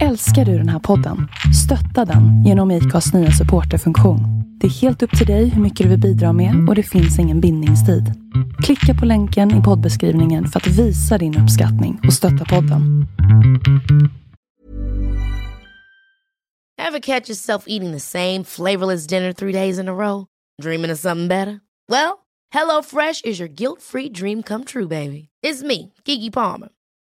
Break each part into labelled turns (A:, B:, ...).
A: Älskar du den här podden? Stötta den genom IKAs nya supporterfunktion. Det är helt upp till dig hur mycket du vill bidra med och det finns ingen bindningstid. Klicka på länken i poddbeskrivningen för att visa din uppskattning och stötta podden.
B: Ever catch yourself eating the same flavorless dinner three days in a row? Dreaming of something better? Well, HelloFresh is your guilt-free dream come true, baby. It's me, Gigi Palmer.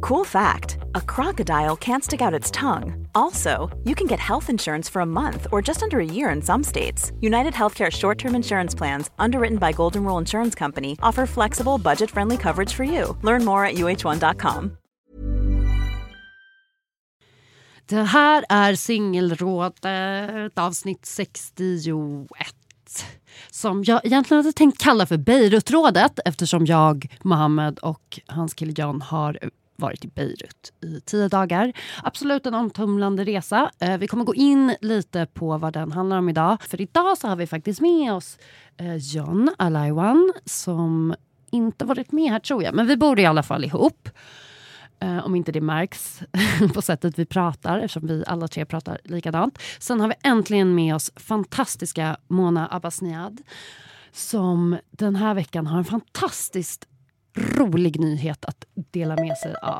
C: Cool fact a crocodile can't stick out its tongue. Also, you can get health insurance for a month or just under a year in some states. United Healthcare short term insurance plans, underwritten by Golden Rule Insurance Company, offer flexible, budget friendly coverage for you. Learn more at uh1.com.
D: Det här är Singelrådet, avsnitt 61 som jag egentligen hade tänkt kalla för Beirutrådet eftersom jag, Mohammed och hans kille John har varit i Beirut i tio dagar. Absolut en omtumlande resa. Eh, Vi kommer gå in lite på vad den handlar om idag. För idag så har vi faktiskt med oss eh, John Alaiwan som inte varit med här tror jag, men vi bor i alla fall ihop. Eh, Om inte det märks på sättet vi pratar, eftersom vi alla tre pratar likadant. Sen har vi äntligen med oss fantastiska Mona Abbasniad som den här veckan har en fantastiskt rolig nyhet att dela med sig av.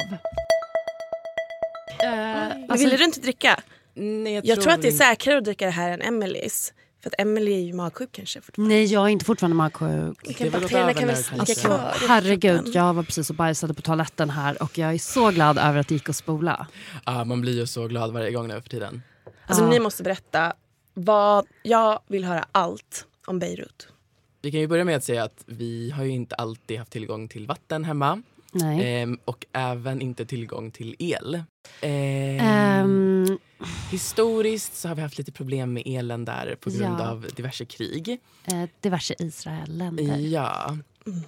D: Eh, alltså-
E: Men ville du inte dricka?
F: Nej,
E: Alltså, Jag tror att det är säkrare att dricka det här än Emelies. För att Emelie är ju magsjuk kanske. fortfarande.
D: Nej, jag är inte fortfarande magsjuk.
E: Vi kan
F: Det är väl
E: bakterierna
F: något
E: kan väl
F: över
E: ligga
F: nu, kanske.
E: kvar. i
D: Herregud,
E: kroppen.
D: jag var precis och bajsade på toaletten här och jag är så glad över att det gick att spola.
F: Ah, man blir ju så glad varje gång nu för tiden.
E: Alltså
D: Ja.
E: ni måste berätta. Vad, jag vill höra allt om Beirut.
F: Vi kan ju börja med att säga att vi har ju inte alltid haft tillgång till vatten hemma
D: Nej.
F: ehm, och även inte tillgång till el. Ehm,
D: Ehm,
F: Historiskt så har vi haft lite problem med elen där på grund
D: Ja.
F: av diverse krig.
D: eh, diverse Israelländer
F: Ja,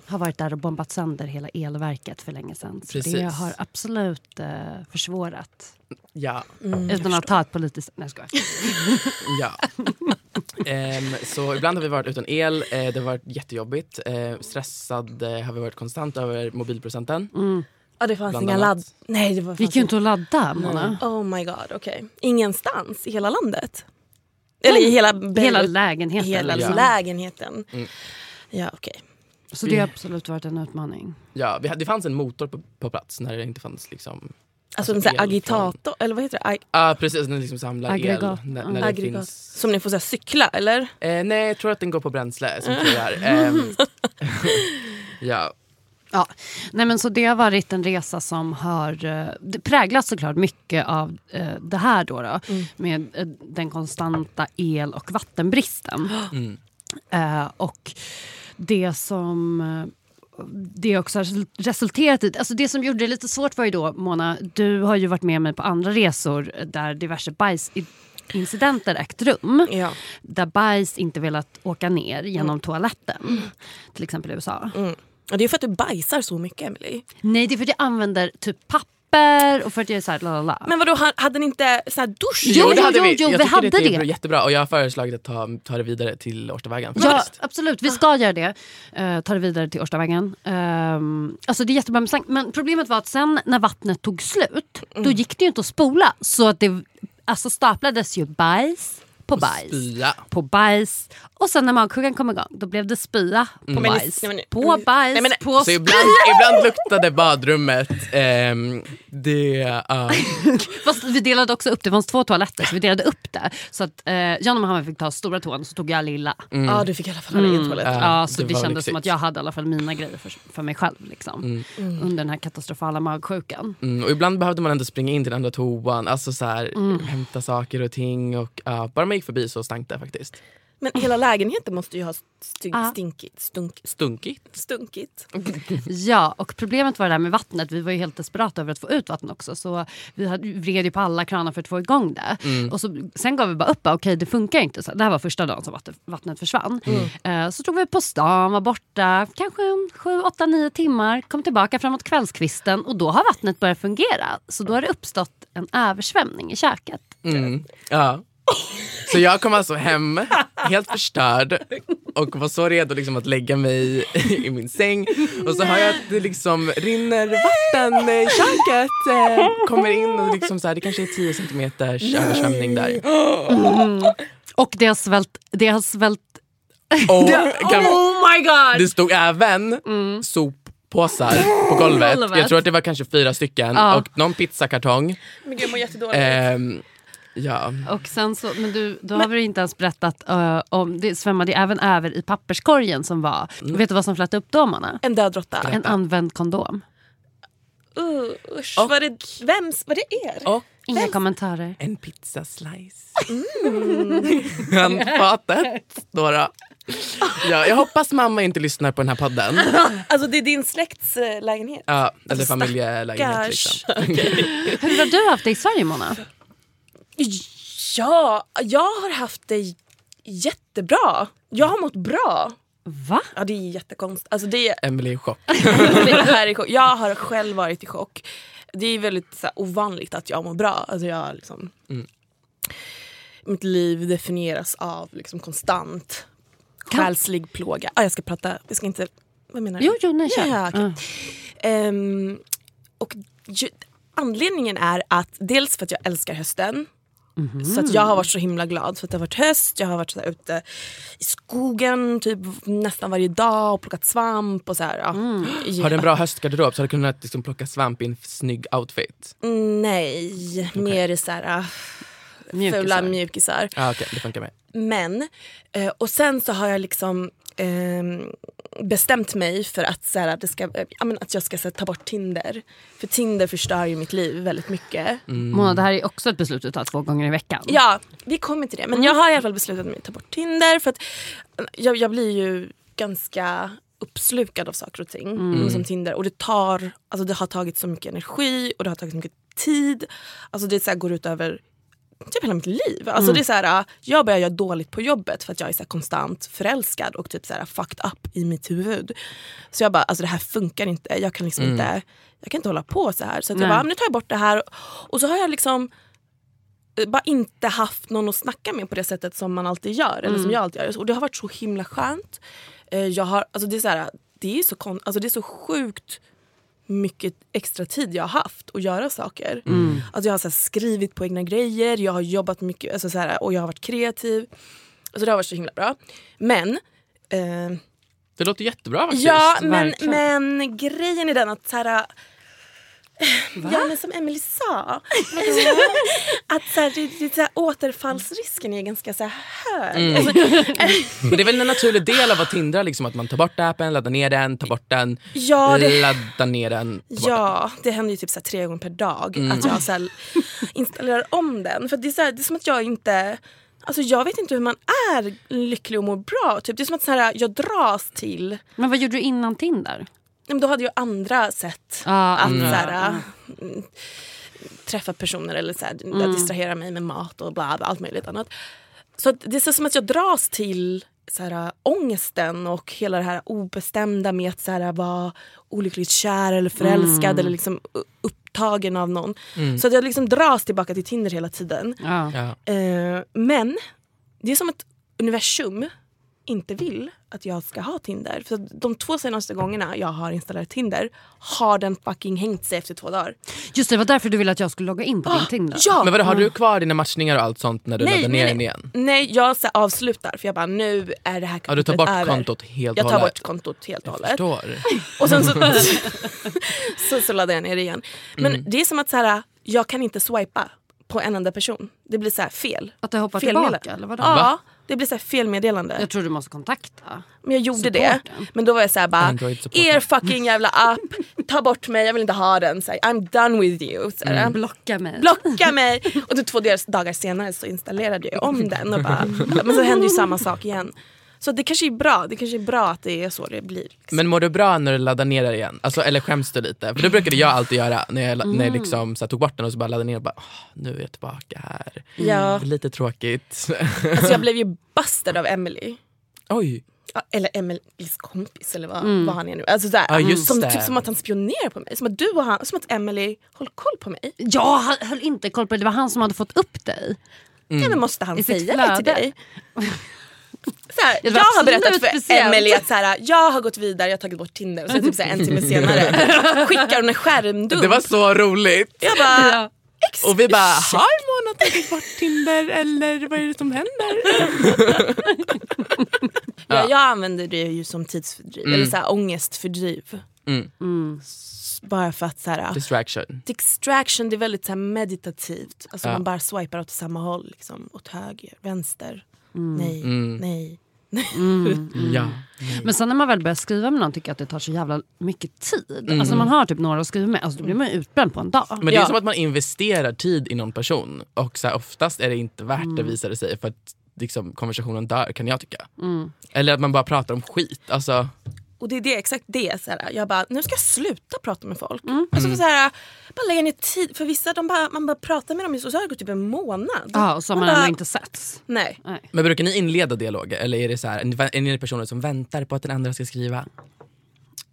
D: har varit där och bombat sönder hela elverket för länge sedan. Så det
F: Precis.
D: har absolut eh, försvårat.
F: ja,
E: Mm,
D: Utan att ta ett politiskt... Nej, jag skojar.
F: ja. Ehm, så ibland har vi varit utan el. Eh, det har varit jättejobbigt. Eh, stressad eh, har vi varit konstant över mobilprocenten.
E: Mm. Ja, det fanns
F: Bland
E: inga
F: annat.
E: ladd... Nej, det var
D: Vi
E: fanns
D: gick ju inte att ladda, Mona.
E: Oh my god, okej. Ingenstans i hela landet? Eller i hela Beirut?
D: Hela lägenheten.
E: hela
D: liksom.
E: lägenheten.
F: Mm.
E: Ja, okej.
D: Så det har absolut varit en utmaning.
F: Ja, vi hade, det fanns en motor på, på plats när det inte fanns liksom
E: Alltså,
F: Alltså,
E: en sån här
F: el
E: agitator, eller vad heter det? Ag-
F: Ja, precis. Den liksom samlar
D: Aggregat.
F: el. När,
D: Ja.
F: när det
E: aggregat.
F: finns...
E: Som ni får så här, cykla, eller?
F: Eh, nej, jag tror att den går på bränsle. Som tur är. Ehm, ja.
D: Ja. Nej, men så det har varit en resa som har eh, det präglats såklart mycket av eh, det här då, då med eh, den konstanta el och vattenbristen. Eh, och det som eh, det också har resulterat i... Alltså det som gjorde det lite svårt var ju då, Mona, du har ju varit med mig på andra resor där diverse bajsincidenter ägt rum.
E: Ja.
D: Där bajs inte velat åka ner genom toaletten, till exempel i USA.
E: Och det är för att du bajsar så mycket, Emily.
D: Nej, det är för att jag använder typ papper och för att jag är såhär la la la.
E: Men vadå, ha- hade ni inte sån här dusch?
D: Jo,
F: det
D: jo,
F: hade vi.
D: jo,
F: jag
D: vi
F: tycker
D: hade
F: att det. Är
D: det.
F: jättebra. Och jag har föreslagit att ta, ta det vidare till Årstavägen.
D: Ja,
F: faktiskt.
D: absolut.
E: Ah.
D: Vi ska göra det. Eh, ta det vidare till Årstavägen. Ehm, alltså det är jättebra med sank. Men problemet var att sen när vattnet tog slut,
E: Mm.
D: då gick det ju inte att spola. Så att det alltså, staplades ju bajs på bajs.
F: Spya.
D: På bajs. Och sen när magsjukan kom igång, då blev det spya på
E: Mm. Men ni-
D: bajs.
E: nej, men ni-
D: på bajs,
E: nej, men-
D: på
F: Så ibland, ibland luktade badrummet. ehm, det... ja.
D: Fast vi delade också upp det, det fanns två toaletter så vi delade upp det. Så att eh, Jan och Mohammed fick ta stora toan så tog jag lilla.
E: Ja, du fick i alla fall ha egen toalett.
D: Mm. ja, så
F: det
D: det,
F: var
D: kändes
F: lyxigt.
D: som att jag hade i alla fall mina grejer för, för mig själv liksom. Under den här katastrofala magsjukan.
F: mm, och ibland behövde man ändå springa in till den andra
D: Mm.
F: toan. Alltså så här, hämta saker och ting. Och, ja, bara man gick förbi så stank det faktiskt.
E: Men hela lägenheten måste ju ha stu-
D: Ja.
E: stinkit, stunk,
F: Stunkigt.
E: stunkit.
D: Ja, och problemet var det här med vattnet. Vi var ju helt desperata över att få ut vatten också. Så vi hade, vred ju på alla kranar för att få igång det.
F: Mm.
D: Och så, sen gav vi bara upp. bara, Okej, det funkar inte. Så det här var första dagen som vatten, vattnet försvann.
F: Mm.
D: Eh, så tog vi på stan, var borta kanske en sju, åtta, nio timmar. Kom tillbaka framåt kvällskvisten och då har vattnet börjat fungera. Så då har det uppstått en översvämning i köket.
F: Mm. Ja. Så jag kom alltså hem helt förstörd och var så redo liksom att lägga mig i min säng. Och så hör jag att det liksom rinner vatten i köket. eh, Kommer in och liksom så här, det kanske är 10 centimeters översvämning där.
D: Och det har svällt... Det har svällt
F: Och kan,
D: Oh my god! Mm.
F: det stod även soppåsar på golvet.
D: Golvet.
F: Jag tror att det var kanske fyra stycken
D: Ja.
F: och någon pizzakartong.
E: Men gud, jag mår
D: Eh.
E: jättedåligt.
F: Ehm, ja.
D: Och sen så, men du, då har vi inte ens berättat eh, om... Det svämmade även över i papperskorgen som var.
E: Mm.
D: Vet du vad som flöt upp då, Manna?
E: En död råtta.
D: En använd kondom.
E: Uh, usch, var det, vems, var det er?
F: Och
D: Inga kommentarer.
F: en pizzaslice. Mm. Handfatet, då, då. Ja, Jag hoppas mamma inte lyssnar på den här podden.
E: Alltså det är din släkts eh, lägenhet.
F: Ja, eller
E: Alltså,
F: familjelägenhet. Liksom.
D: Hur har du haft det i Sverige, Mona?
E: Ja, jag har haft det jättebra. Jag har mått bra.
D: Va?
E: Ja, det är jättekonstigt. Alltså det,
F: Emelie är i chock.
E: det här är chock. Jag har själv varit i chock. Det är väldigt så här, ovanligt att jag mår bra. Alltså jag har liksom,
F: Mm.
E: Mitt liv definieras av liksom, konstant själslig plåga. Ah, jag ska prata, jag ska inte... Vad menar du?
D: Jo, jo, nej, kör.
E: Ja, ja, okej.
D: Mm.
E: Ehm, och ju, anledningen är att dels för att jag älskar hösten. Så att jag har varit så himla glad för att det har varit höst. Jag har varit så här ute i skogen typ nästan varje dag och plockat svamp och så här. Ja. Ja.
F: Har du en bra höstgarderob så har du kunnat liksom plocka svamp i en snygg outfit.
E: Nej, mer i så här ah,
D: Mjukisar.
E: fula mjukisar.
F: Ah, Okej, det funkar med.
E: Men, eh, och sen så har jag liksom ehm, bestämt mig för att, så här, det ska, eh, ja, men att jag ska så här, ta bort Tinder. För Tinder förstör ju mitt liv väldigt mycket.
D: Mona, det här är också ett beslut du tar två gånger i veckan.
E: Ja, vi kommer till det. Men jag har i alla fall beslutat mig att ta bort Tinder för att jag, jag blir ju ganska uppslukad av saker och ting som Tinder. Och det, tar, alltså det har tagit så mycket energi och det har tagit så mycket tid. Alltså det så här går ut över typ hela mitt liv. Alltså det är så här, jag börjar göra dåligt på jobbet för att jag är så här konstant förälskad och typ så här fucked up i mitt huvud. Så jag bara, alltså det här funkar inte. Jag kan liksom inte, jag kan inte hålla på så här. Så att
D: Nej.
E: jag bara, "Ah, men nu tar jag bort det här. Och så har jag liksom eh, bara inte haft någon att snacka med på det sättet som man alltid gör. Eller som jag alltid gör. Och det har varit så himla skönt. Eh, Jag har, alltså det, är så här, det, är så kon- alltså det är så sjukt mycket extra tid jag har haft att göra saker. Alltså jag har så här skrivit på egna grejer, jag har jobbat mycket alltså så här, och jag har varit kreativ. Alltså det har varit så himla bra. Men eh,
F: Det låter jättebra faktiskt.
E: Ja, men,
D: verkligen.
E: men grejen är den att så här, äh, Ja, men som Emily sa. att så här, det, det, så här, återfallsrisken är ganska så här, hög. Alltså,
F: Men det är väl en naturlig del av att tindra, liksom, att man tar bort appen, laddar ner den, tar bort den,
E: ja,
F: Mm.
E: det,
F: laddar ner den, tar bort
E: ja, det händer ju typ så här, tre gånger per dag att jag så här, installerar om den. För det är, så här, det är som att jag inte... Alltså jag vet inte hur man är lycklig och mår bra. Typ. Det är som att så här, jag dras till... Nej,
D: Men vad gjorde du innan Tinder?
E: men då hade jag andra sätt
D: Ah,
E: att
D: mm.
E: så här, mm, träffa personer eller så här,
D: Mm.
E: distrahera mig med mat och bla, bla allt möjligt annat. Så att det är så som att jag dras till så här, ah, ångesten och hela det här obestämda med att så här, ah, vara olyckligt kär eller förälskad
D: Mm.
E: eller liksom u- upptagen av någon. Så att jag liksom dras tillbaka till Tinder hela tiden.
D: Ja.
F: den. Ja.
E: Eh, men det är som att universum inte vill att jag ska ha Tinder. För att de två senaste gångerna jag har installerat Tinder har den fucking hängt sig efter två dagar.
D: Just det, det var därför du ville att jag skulle logga in på din Tinder.
E: Ah, Ja!
F: Men vadå, har du kvar dina matchningar och allt sånt när du laddar ner den igen?
E: nej, jag så här avslutar för jag bara nu är det här
F: Ja, du tar
E: kapitlet
F: bort
E: över.
F: kontot helt
E: Jag
F: och
E: tar
F: hållet.
E: bort kontot helt och
F: Jag
E: hållet.
F: förstår.
E: Och sen så, så, så laddar jag ner det igen. Men
F: Mm.
E: det är som att så här, jag kan inte swipa på en enda person. Det blir så här fel.
D: Att du hoppar
E: Fel Ah. med
D: tillbaka
E: det.
D: eller vadå?
E: Ja, Det blir så här felmeddelande.
D: Jag tror du måste kontakta.
E: Men jag gjorde
D: Supporten.
E: det. Men då var jag så här bara,
F: Android-supporten.
E: er fucking jävla app, ta bort mig, jag vill inte ha den. Så här, I'm done with you. Så här,
D: Blocka mig.
E: Blocka mig! Och då två deras- dagar senare så installerade jag om den. Och bara, men så hände ju samma sak igen. Så det kanske är bra, det kanske är bra att det är så det blir. Liksom.
F: Men mår du bra när du laddar ner den igen? Alltså, eller skäms du lite? För det brukade jag alltid göra när jag, la- när
E: Mm.
F: jag liksom, så här, tog bort den och så bara laddade ner och bara, "Åh, nu är jag tillbaka här.
E: Ja,
F: Lite tråkigt.
E: alltså jag blev ju bastad av Emily.
F: Oj,
E: Ja, Eller Emelies kompis eller vad, vad han är nu. Alltså så här,
F: Ja, just
E: som,
F: det.
E: typ som att han spionerar på mig. Som att du och han, som att Emily håller koll på mig.
D: Jag höll- höll inte koll på det. Det var han som hade fått upp dig.
F: Mm.
E: Nej, men måste han
D: I sitt
E: säga det till
D: flöde.
E: dig? Så här,
D: Det
E: jag
D: var
E: har
D: absolut
E: berättat för
D: speciellt.
E: Emily att så här, jag har gått vidare, jag har tagit bort Tinder och så typ så här, en timme senare skickar hon en skärmdump.
F: det var så roligt.
E: Jag bara,
F: Och vi bara, har Mona tagit bort Tinder eller vad är det som händer?
E: ja. Jag använder det ju som tidsfördriv, eller så här, ångestfördriv.
F: Mm.
E: S- Bara för att så här,
F: Distraction.
E: distraction det är väldigt så här, meditativt. Alltså
F: Ja.
E: Man bara swipar åt samma håll, liksom, åt höger, vänster.
D: Mm.
E: Nej,
F: Mm.
E: nej. Mm.
F: Ja.
D: Men sen när man väl börjar skriva med någon tycker jag att det tar så jävla mycket tid. Alltså när man har typ några att skriva med, alltså då blir man ju utbränd på en dag.
F: Mm. Men det är
E: Ja.
F: som att man investerar tid i någon person och så här, oftast är det inte värt det
E: Mm.
F: visar det sig för att liksom, konversationen dör kan jag tycka.
E: Mm.
F: Eller att man bara pratar om skit. Alltså,
E: Och det är det, exakt det. Så här, jag bara, nu ska jag sluta prata med folk. Alltså, så här, bara lägga ner tid. För vissa, de bara, man bara pratar med dem och så har det gått typ en månad.
D: Ja, och så har
E: Man
D: man ändå
E: bara,
D: inte setts.
E: Nej.
F: men brukar ni inleda dialoger eller är det så här, är ni personer som väntar på att den andra ska skriva?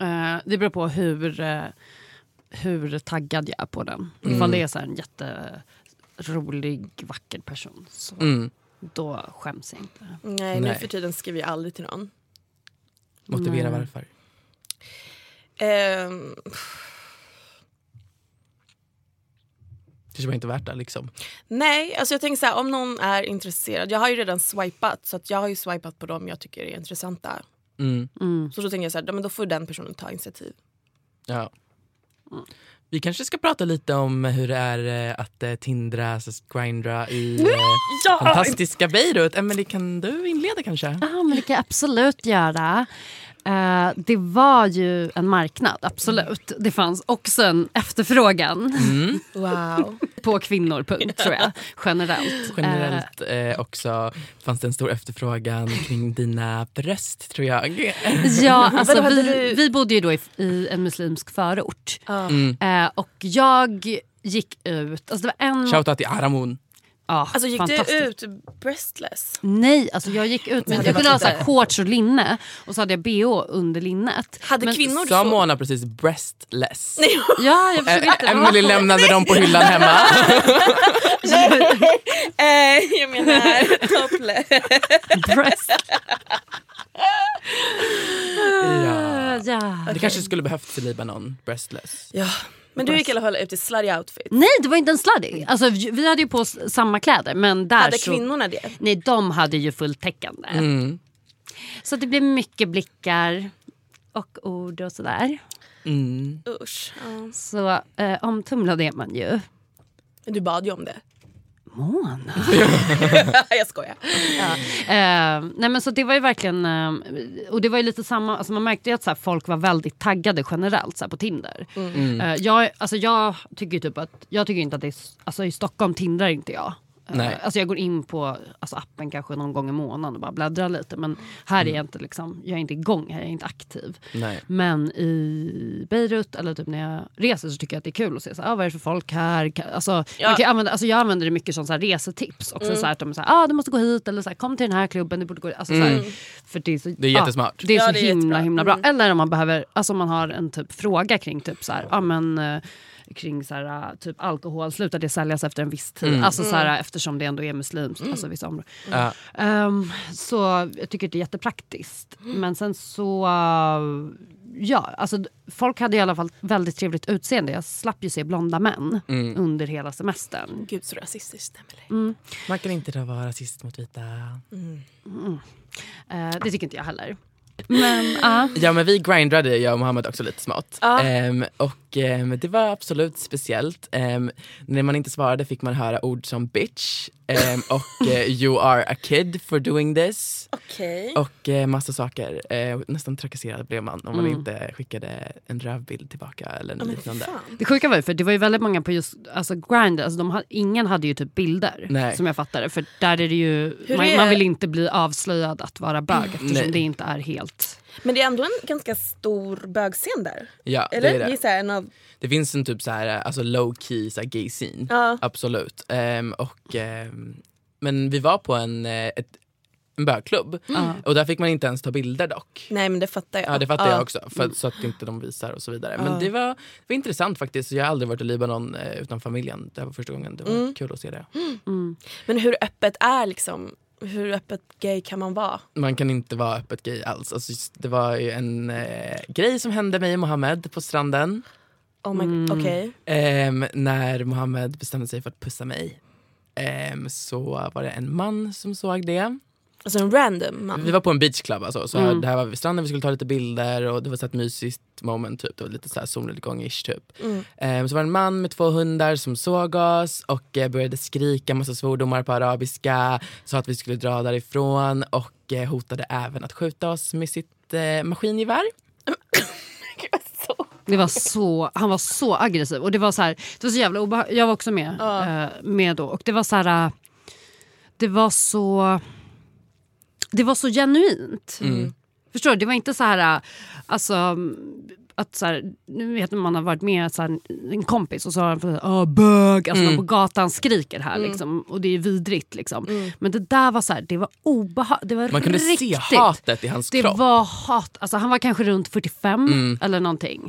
D: Eh, det beror på hur, eh, hur taggad jag är på den.
F: Mm.
D: Ifall det är så här en jätterolig, vacker person, så
F: Mm.
D: då skäms jag inte.
E: Nej, nu
F: Nej.
E: för tiden skriver jag aldrig till någon.
F: Motivera varför.
E: Ehm,
F: Det var inte värt det liksom.
E: nej, alltså jag tänker så här, om någon är intresserad. Jag har ju redan swipat, så att jag har ju swipat på dem jag tycker är intressanta.
F: Mm.
E: Så då tänker jag så här, ja, men då får den personen ta initiativ.
F: Ja. Vi kanske ska prata lite om hur det är eh, att eh, tindra, alltså grindra i eh, fantastiska Beirut. Emelie, kan du inleda kanske?
D: Ja, men det kan jag absolut göra. Eh, det var ju en marknad, absolut. Det fanns också en efterfrågan
F: Mm.
E: Wow.
D: på kvinnor, punkt, tror jag. Generellt. Eh,
F: Generellt eh, också fanns det en stor efterfrågan kring dina bröst tror jag.
D: Ja, alltså,
E: Vadå, hade
D: vi,
E: du-
D: vi bodde ju då i, i en muslimsk förort.
F: Mm.
D: Eh, och jag gick ut... Alltså det var en...
F: Shoutout till Aramun.
D: Ja,
E: alltså gick
D: fantastiskt.
E: du ut breastless?
D: Nej, alltså jag gick ut med... Jag kunde ha så här, shorts och linne och så hade jag bh under linnet.
E: Hade
D: Men-
E: kvinnor
F: Sa
E: så?
F: Mona precis breastless?
D: Ja, jag försökte
F: Eh,
D: inte.
F: Emelie lämnade dem på hyllan hemma.
E: Eh, jag menar topless.
D: Breast.
F: ja.
D: Ja.
F: Det kanske skulle behövts i Libanon, breastless.
E: Ja. Men du gick i alla fall ut i slutty outfit.
D: Nej, det var inte en slutty. Alltså, vi hade ju på oss samma kläder. Men där
E: Hade
D: så...
E: kvinnorna det?
D: Nej, de hade ju fulltäckande.
F: Mm.
D: Så det blev mycket blickar och ord och sådär.
F: Mm.
E: Usch. Ja.
D: Så eh, omtumlad är man ju.
E: Men du bad ju om det.
D: Mona.
E: jag skojar.
D: Eh, nej men så det var ju verkligen, eh, och det var ju lite samma, alltså man märkte ju att så här, folk var väldigt taggade generellt så här, på Tinder.
F: Mm.
D: Eh, jag, alltså jag tycker ju typ att, jag tycker inte att det är, alltså i Stockholm tindrar inte jag. Eh,
F: Nej.
D: Alltså jag går in på alltså appen kanske någon gång i månaden och bara bläddrar lite men här är jag inte liksom, jag är inte igång, här är jag inte aktiv.
F: Mm. Nej.
D: Men i Beirut eller typ när jag reser så tycker jag att det är kul att se så här, ah, vad är det för folk här. Ka- Alltså, man kan ju använda, alltså jag använder det mycket som så här resetips. Också, så här, att de är så här, ah, du måste gå hit eller så här, kom till den här klubben. Du borde gå dit. alltså, så här, för det, är så,
F: Det är
D: ja,
F: jättesmart.
D: det är
E: Ja,
D: så
E: det är
D: himla
E: jättebra. Mm.
D: himla bra. Eller om man behöver, alltså om man har en typ fråga kring typ så här, ah, men, eh, kring så här, eh, typ alkohol, slutar det säljas efter en viss tid? Alltså så
E: Mm.
D: här, eftersom det ändå är muslims, alltså vissa områden.
F: Ja.
D: Ehm, så jag tycker det är jättepraktiskt.
E: Mm.
D: Men sen så... eh, ja, alltså d- folk hade i alla fall väldigt trevligt utseende. Jag slapp ju se blonda män under hela semestern.
E: Gud så rasistiskt. Emelie.
F: Mm. Man kan inte då vara rasist mot vita.
D: Eh, det tycker inte jag heller. Men eh, ja,
F: Ja men vi grindrade jag och Mohammed också lite smått. Ehm, och eh, det var absolut speciellt. Eh, när man inte svarade fick man höra ord som bitch eh, och eh, you are a kid for doing this.
E: Okej.
F: Och eh, massa saker. Eh, nästan trakasserad blev man om man inte skickade en rövbild tillbaka eller något liknande.
D: Det sjuka var ju för det var ju väldigt många på just alltså Grindr, alltså de ha, ingen hade ju typ bilder
F: Nej.
D: som jag fattade. För där är det ju,
E: Hur
D: man,
E: är-
D: man vill inte bli avslöjad att vara bög eftersom
F: Mm. Nej.
D: det inte är helt...
E: Men det är ändå en ganska stor bögscen där.
F: Ja,
E: Eller?
F: det är det.
E: Gissar jag, en av...
F: Det finns en typ så här, alltså low key så här gay scene.
E: Ja.
F: Absolut. Ehm, och, ehm, men vi var på en, eh, ett, en bögklubb
D: Mm.
E: Mm.
F: och där fick man inte ens ta bilder dock.
E: Nej men det fattar jag.
F: Ja det fattar jag också, för, att- så att inte de visar och så vidare. Men det, var, det var intressant faktiskt. Jag har aldrig varit i Libanon eh, utan familjen. Det här var första gången. Det var kul att se det.
E: Men hur öppet är liksom, hur öppet gay kan man vara?
F: Man kan inte vara öppet gay alls. Alltså, just- det var ju en eh, grej som hände mig och Mohammed på stranden.
E: Oh my
F: Mm.
E: Okej.
F: Ehm, när Mohammed bestämde sig för att pussa mig ehm, så var det en man som såg det.
E: Alltså en random man.
F: Vi var på en beachclub, alltså, så
D: Mm.
F: det här var vid stranden, vi skulle ta lite bilder och det var så här ett mysigt moment, typ. det var lite så här solnedgång-ish. Typ.
D: Mm.
F: Ehm, så var det en man med två hundar som såg oss och eh, började skrika massa svordomar på arabiska, sa att vi skulle dra därifrån och eh, hotade även att skjuta oss med sitt eh, maskingevär.
D: Det var så, han var så aggressiv. Och det var så här, det var så jävla obeha- Jag var också med, eh, med då. Och det var så här... eh, Det var så... Det var så genuint.
F: Mm.
D: Förstår du? Det var inte så här... eh, Alltså, mm, att så här, nu vet man, man har varit med så här, en kompis och så har han fått Åh, bög, alltså
F: Mm.
D: man på gatan skriker här liksom, och det är vidrigt. Liksom. Men det där var så här, det var obehagligt. Det var
F: Man kunde
D: riktigt.
F: se hatet i hans
D: Det
F: kropp.
D: var hat. Alltså, han var kanske runt 45
F: Mm.
D: eller någonting.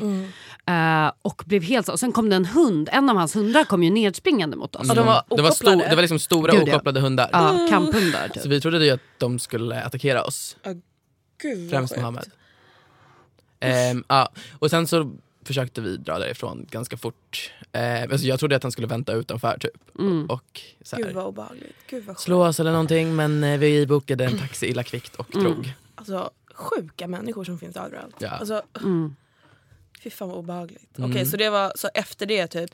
E: Mm.
D: Eh, och blev helt så. Och sen kom det en hund. En av hans hundar kom ju nedspringande mot oss.
E: Ja, de var
F: Mm.
E: Mm.
F: det, var stor,
E: okopplade.
F: det var liksom stora
D: Gud, ja.
F: okopplade hundar.
D: Ja, kamphundar.
F: Så
D: Typ.
F: vi trodde ju att de skulle attackera oss,
E: Gud, vad
F: främst
E: sjukt.
F: Mohammed. Ehm, ja. Och sen så försökte vi dra därifrån ganska fort. Ehm, alltså jag trodde att han skulle vänta utanför typ.
E: Mm.
F: Och så
E: Gud
F: här,
E: vad obehagligt. Gud vad sjukt.
F: slå oss eller någonting men eh, vi bokade en taxi illa kvickt och drog.
E: Alltså sjuka människor som finns överallt.
F: Ja. Mm.
E: Alltså, Fy fan vad obehagligt. Okej så det var så efter det typ.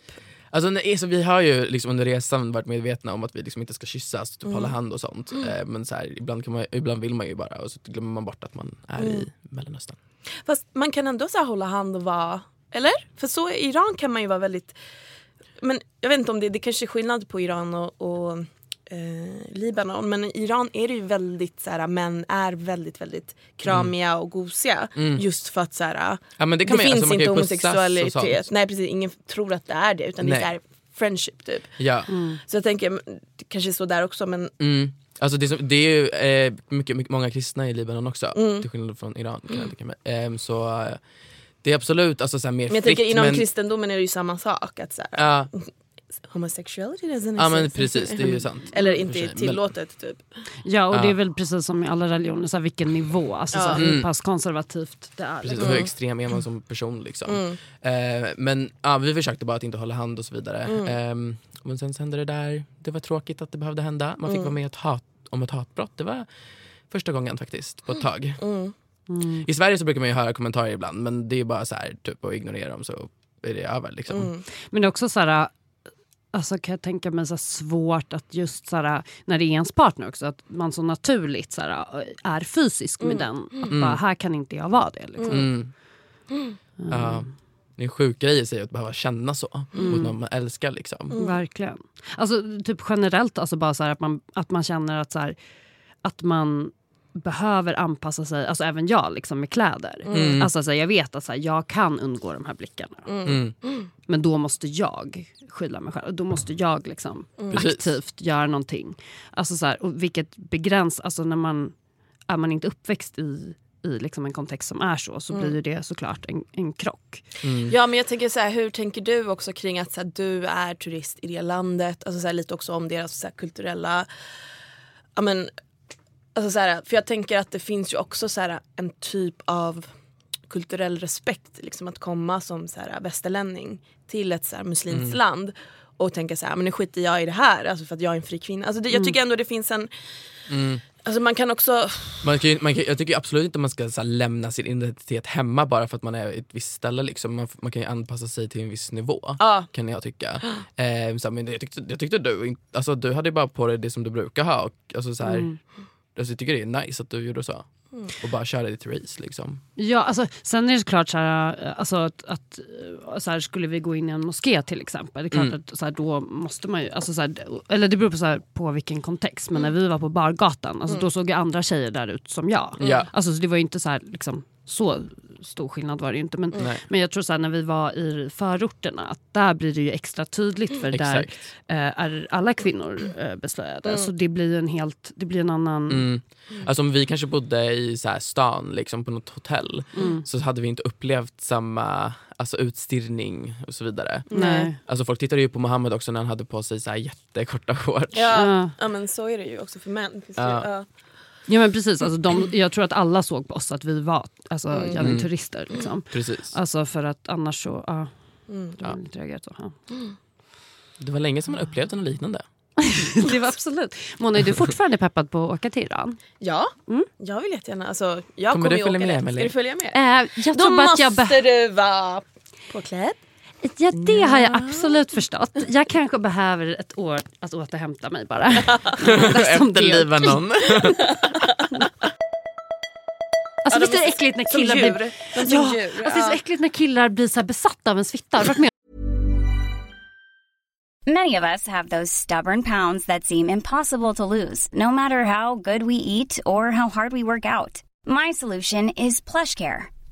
F: Alltså, nej, så vi har ju liksom under resan varit medvetna om att vi liksom inte ska kyssas,
E: Mm.
F: typ hålla hand och sånt. Ehm, men så här, ibland, kan man, ibland vill man ju bara och så glömmer man bort att man är
E: Mm.
F: i Mellanöstern.
E: Fast man kan ändå så här hålla hand och vara... Eller? För så i Iran kan man ju vara väldigt... Men jag vet inte om det, det kanske är skillnad på Iran och, och eh, Libanon. Men i Iran är det ju väldigt så här, män är väldigt, väldigt kramiga och gosiga. Just för att så här,
F: Ja, Mm. men det
E: det,
F: kan man ju-
E: finns
F: alltså, man kan
E: inte
F: ju pussas och
E: homosexualitet.
F: sånt.
E: Nej precis, ingen tror att det är det. Utan
F: Nej.
E: det är så här, friendship typ.
F: Ja.
E: Så jag tänker, men, det kanske är så där också men
F: Mm. Alltså det, är som, det är ju eh, mycket, mycket, många kristna i Libanon också,
E: Mm.
F: till skillnad från Iran. Kan jag tänka mig. Ehm, så eh, det är absolut alltså, så här, mer
E: Men jag
F: fritt.
E: tänker inom
F: men,
E: kristendomen är det ju samma sak. Att så här,
F: ja,
E: homosexuality doesn't
F: ja men
E: exist.
F: precis, det är ju sant.
E: Eller
F: I och för sig,
E: inte
F: men-
E: tillåtet typ.
D: Ja, och det
F: Ja. Mm.
D: är väl precis som i alla religioner, så här, vilken nivå. Alltså, så här, Hur pass konservativt det är.
F: Precis, Mm. och hur extrem är man som person liksom. Ehm, men ja, vi försökte bara att inte hålla hand och så vidare. Ehm, men sen så hände det där, det var tråkigt att det behövde hända. Man fick vara med ett hat, om ett hatbrott. Det var första gången faktiskt, på ett tag. I Sverige så brukar man ju höra kommentarer ibland men det är ju bara så här, typ att ignorera dem så är det över liksom.
D: Men det är också så här, alltså kan jag tänka mig så här svårt att just så här, när det är ens partner också, att man så naturligt så här, är fysisk med
E: Mm.
D: den. Att bara, här kan inte jag vara det. Liksom.
F: Mm. Ja. Det är en sjuk grej i sig att behöva känna så mot någon man älskar. Liksom.
D: Verkligen. Alltså, typ generellt, alltså bara så här att, man, att man känner att, så här, att man behöver anpassa sig, alltså även jag liksom med kläder. Alltså, så här, jag vet att så här, jag kan undgå de här blickarna.
F: Mm.
D: Men då måste jag skylla mig själv. Och Då måste jag liksom
F: Precis.
D: aktivt göra någonting. Alltså så här, och vilket begräns, alltså när man är man inte uppväxt i, i liksom en kontext som är så, så blir ju det såklart en, en krock.
E: Ja men jag tänker så här, hur tänker du också kring att så här, du är turist i det landet? Alltså så här, lite också om deras så här, kulturella... Ja men... Alltså så här, för jag tänker att det finns ju också så här, en typ av kulturell respekt. Liksom att komma som så här, västerlänning till ett så här, muslimskt land och tänka så här, men nu skiter jag i det här alltså för att jag är en fri kvinna. Alltså det, jag tycker ändå det finns en... Alltså man kan också...
F: Man kan, ju- man kan, jag tycker absolut inte man ska så här, lämna sin identitet hemma bara för att man är i ett visst ställe. Liksom. Man, f- man kan ju anpassa sig till en viss nivå.
E: Ja.
F: Kan jag tycka. Eh, så här, men jag, tyckte, jag tyckte du in- alltså, du hade ju bara på dig det som du brukar ha. Och, alltså, så här, alltså, jag tycker det är nice att du gjorde så. Och bara körde ditt race. Liksom.
D: Ja, alltså, sen är det såklart så här, eh, alltså, att, att eh, så här, skulle vi gå in i en moské till exempel, det är klart att så här, då måste man ju, alltså, så här, d- eller det beror på, så här, på vilken kontext, men
F: Mm.
D: när vi var på bargatan, alltså, då såg ju andra tjejer där ut som jag.
F: Mm. Ja.
D: Alltså, så det var ju inte så här, liksom, så stor skillnad var det ju inte. Men,
F: Mm. Nej.
D: men jag tror så här, när vi var i förorterna, att där blir det ju extra tydligt för där
F: Mm. Exakt.
D: eh, är alla kvinnor eh, beslöjade. Så det blir ju en helt, det blir en annan...
F: Mm. Alltså om vi kanske bodde i så här stan liksom på något hotell så hade vi inte upplevt samma alltså, utstirrning och så vidare.
E: Mm.
D: Nej.
F: Alltså folk tittade ju på Mohammed också när han hade på sig så här jättekorta shorts.
E: Ja.
D: Ja.
E: ja men så är det ju också för män. Finns det-
F: Ja.
E: ja.
D: Ja men precis, alltså de, jag tror att alla såg på oss att vi var alltså,
F: Mm.
D: jävligt turister. Liksom.
F: Precis.
D: Alltså för att annars så, ja.
E: Mm.
D: det
F: Ja.
D: var lite reagerat så, ja.
F: Det var länge sedan man upplevt något liknande.
D: Det var absolut. Mona, är du fortfarande peppad på att åka till Iran?
E: Ja, jag vill jättegärna. Alltså, jag
F: Mm. Kommer
E: kommer,
F: du
E: ju
F: följa
E: åka
F: med,
E: dit.
F: Emelie?
E: Ska du följa med?
D: Äh, jag
E: Då
D: tror bara att jag
E: måste
D: be-
E: du vara påklädd.
D: ja, det har jag absolut förstått. Jag kanske behöver ett år att återhämta mig bara. Som
F: Efter
D: det.
F: Libanon.
D: Alltså,
E: Ja, de
D: visst är det
E: är
D: äckligt när
E: Som
D: killar
E: djur.
D: blir...
E: De är som
D: Ja,
E: djur.
D: alltså, det är så äckligt när killar blir så här besatta av ens fitta. Har du varit med
G: Many of us have those stubborn pounds that seem impossible to lose, no matter how good we eat or how hard we work out. My solution is PlushCare.